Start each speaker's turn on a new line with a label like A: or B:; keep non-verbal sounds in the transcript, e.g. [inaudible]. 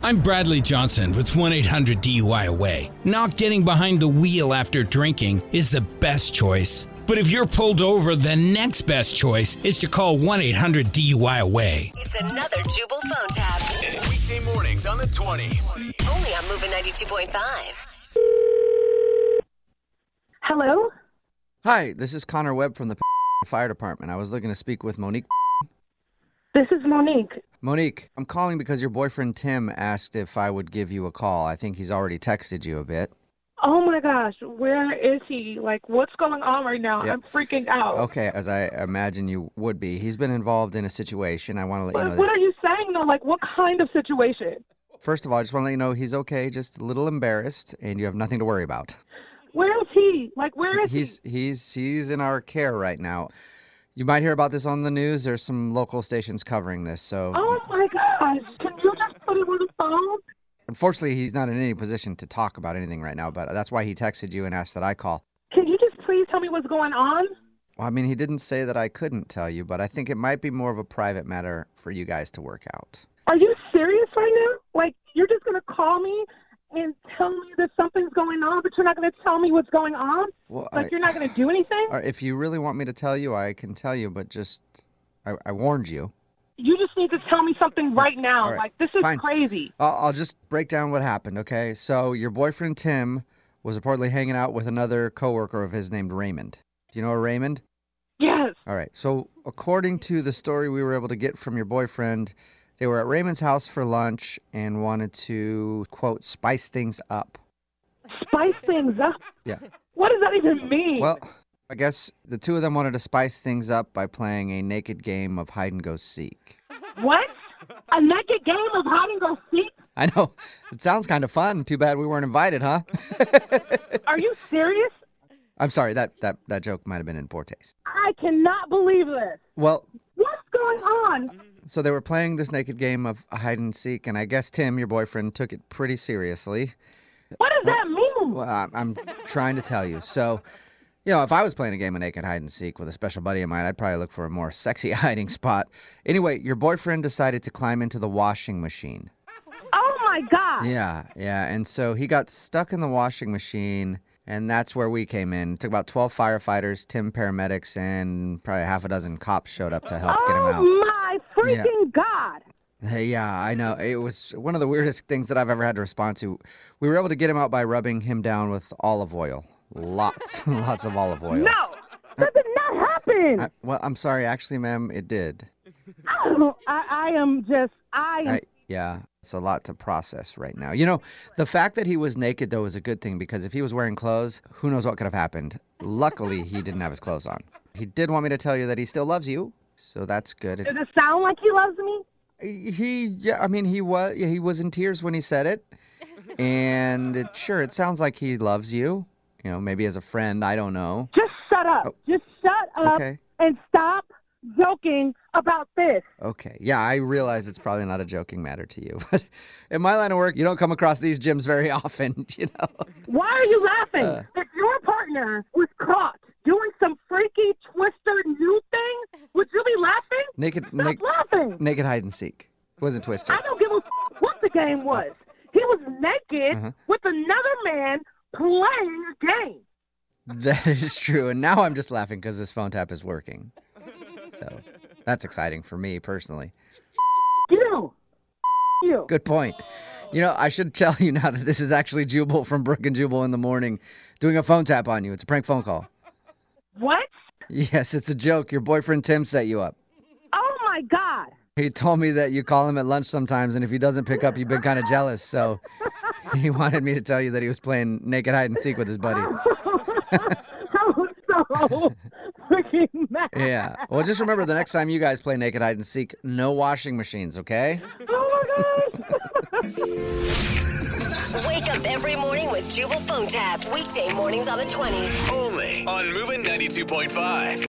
A: I'm Bradley Johnson with 1 800 DUI Away. Not getting behind the wheel after drinking is the best choice. But if you're pulled over, the next best choice is to call 1 800 DUI Away.
B: It's another Jubal phone tab.
C: Weekday mornings on the 20s.
B: Only on Moving 92.5.
D: Hello?
E: Hi, this is Connor Webb from the [laughs] Fire Department. I was looking to speak with Monique.
D: This is Monique.
E: Monique, I'm calling because your boyfriend Tim asked if I would give you a call. I think he's already texted you a bit.
D: Oh my gosh, where is he? Like, what's going on right now?
E: Yeah.
D: I'm freaking out.
E: Okay, as I imagine you would be. He's been involved in a situation. I want to let you
D: Like,
E: know
D: what
E: that.
D: are you saying though? Like, what kind of situation?
E: First of all, I just want to let you know he's okay, just a little embarrassed, and you have nothing to worry about.
D: Where is he? Like, where is
E: He's he's he's in our care right now. You might hear about this on the news. There's some local stations covering this, so
D: he? Oh my gosh, can you just put him on the phone?
E: unfortunately, he's not in any position to talk about anything right now, but that's why he texted you and asked that I call.
D: Can you just please tell me what's going on?
E: Well, I mean, he didn't say that I couldn't tell you, but I think it might be more of a private matter for you guys to work out.
D: Are you serious right now? Like, you're just going to call me and tell me that something's going on, but you're not going to tell me what's going on?
E: Well,
D: Like,
E: I-
D: you're not going to do anything?
E: or if you really want me to tell you, I can tell you, but just I, I warned you.
D: You just need to tell me something right now.
E: All right,
D: Like, this is
E: fine.
D: crazy.
E: I'll, I'll just break down what happened, okay? So your boyfriend Tim was reportedly hanging out with another coworker of his named Raymond. Do you know a Raymond?
D: Yes.
E: All right. So, according to the story we were able to get from your boyfriend, they were at Raymond's house for lunch and wanted to, quote, spice things up.
D: Spice things up.
E: Yeah.
D: [laughs] What does that even mean?
E: Well, I guess the two of them wanted to spice things up by playing a naked game of hide and go seek. [laughs]
D: what? A naked game of hide and go seek?
E: I know. It sounds kind of fun. Too bad we weren't invited, huh? [laughs]
D: Are you serious?
E: I'm sorry. That, that, that joke might have been in poor taste.
D: I cannot believe this.
E: Well,
D: What's going on?
E: so they were playing this naked game of hide and seek, and I guess Tim, your boyfriend, took it pretty seriously.
D: What does that mean?
E: Well, I- I'm trying to tell you. So, you know, if I was playing a game of naked hide and seek with a special buddy of mine, I'd probably look for a more sexy [laughs] hiding spot. Anyway, your boyfriend decided to climb into the washing machine.
D: Oh my God.
E: Yeah, yeah. And so he got stuck in the washing machine, and that's where we came in. It took about 12 firefighters, 10 paramedics, and probably half a dozen cops showed up to help get him out.
D: Oh my freaking God.
E: Hey, yeah, I know. It was one of the weirdest things that I've ever had to respond to. We were able to get him out by rubbing him down with olive oil. Lots [laughs] and lots of olive oil.
D: No. That did not happen.
E: I- well, I'm sorry. Actually, ma'am, it did.
D: Oh, I, I am just, I am. [laughs]
E: I, yeah, it's a lot to process right now. You know, the fact that he was naked, though, is a good thing because if he was wearing clothes, who knows what could have happened. Luckily, he didn't have his clothes on. He did want me to tell you that he still loves you, so that's good.
D: Does it sound like he loves me?
E: he yeah i mean he was he was in tears when he said it and it sure it sounds like he loves you you know maybe as a friend i don't know
D: Just shut up. Just shut up
E: Oh. okay.
D: and stop joking about this.
E: okay yeah i realize it's probably not a joking matter to you [laughs] but in my line of work you don't come across these gyms very [laughs] often you know
D: Why are you laughing? if your partner was caught doing some freaky, twister new thing, would you be laughing?
E: naked
D: Stop
E: naked
D: laughing.
E: naked hide and seek wasn't twisted
D: I don't give a f- what the game was. He was naked
E: Uh-huh.
D: with another man playing a game.
E: [laughs] that is true and now i'm just laughing because this phone tap is working so that's exciting for me personally
D: You. You.
E: Good point. You know, I should tell you now that this is actually Jubal from Brook and Jubal in the morning doing a phone tap on you. It's a prank phone call.
D: What?
E: Yes, it's a joke. Your boyfriend Tim set you up.
D: Oh my God. [laughs]
E: He told me that you call him at lunch sometimes, and if he doesn't pick up, you've been kind of jealous. So [laughs] he wanted me to tell you that he was playing naked hide and seek with his buddy.
D: I was so freaking mad.
E: Yeah. Well, just remember the next time you guys play naked hide and seek, no washing machines, okay?
D: Oh my gosh.
B: Wake up every morning with Jubal phone tabs. Weekday mornings on the 20s.
C: Only on Moving 92.5.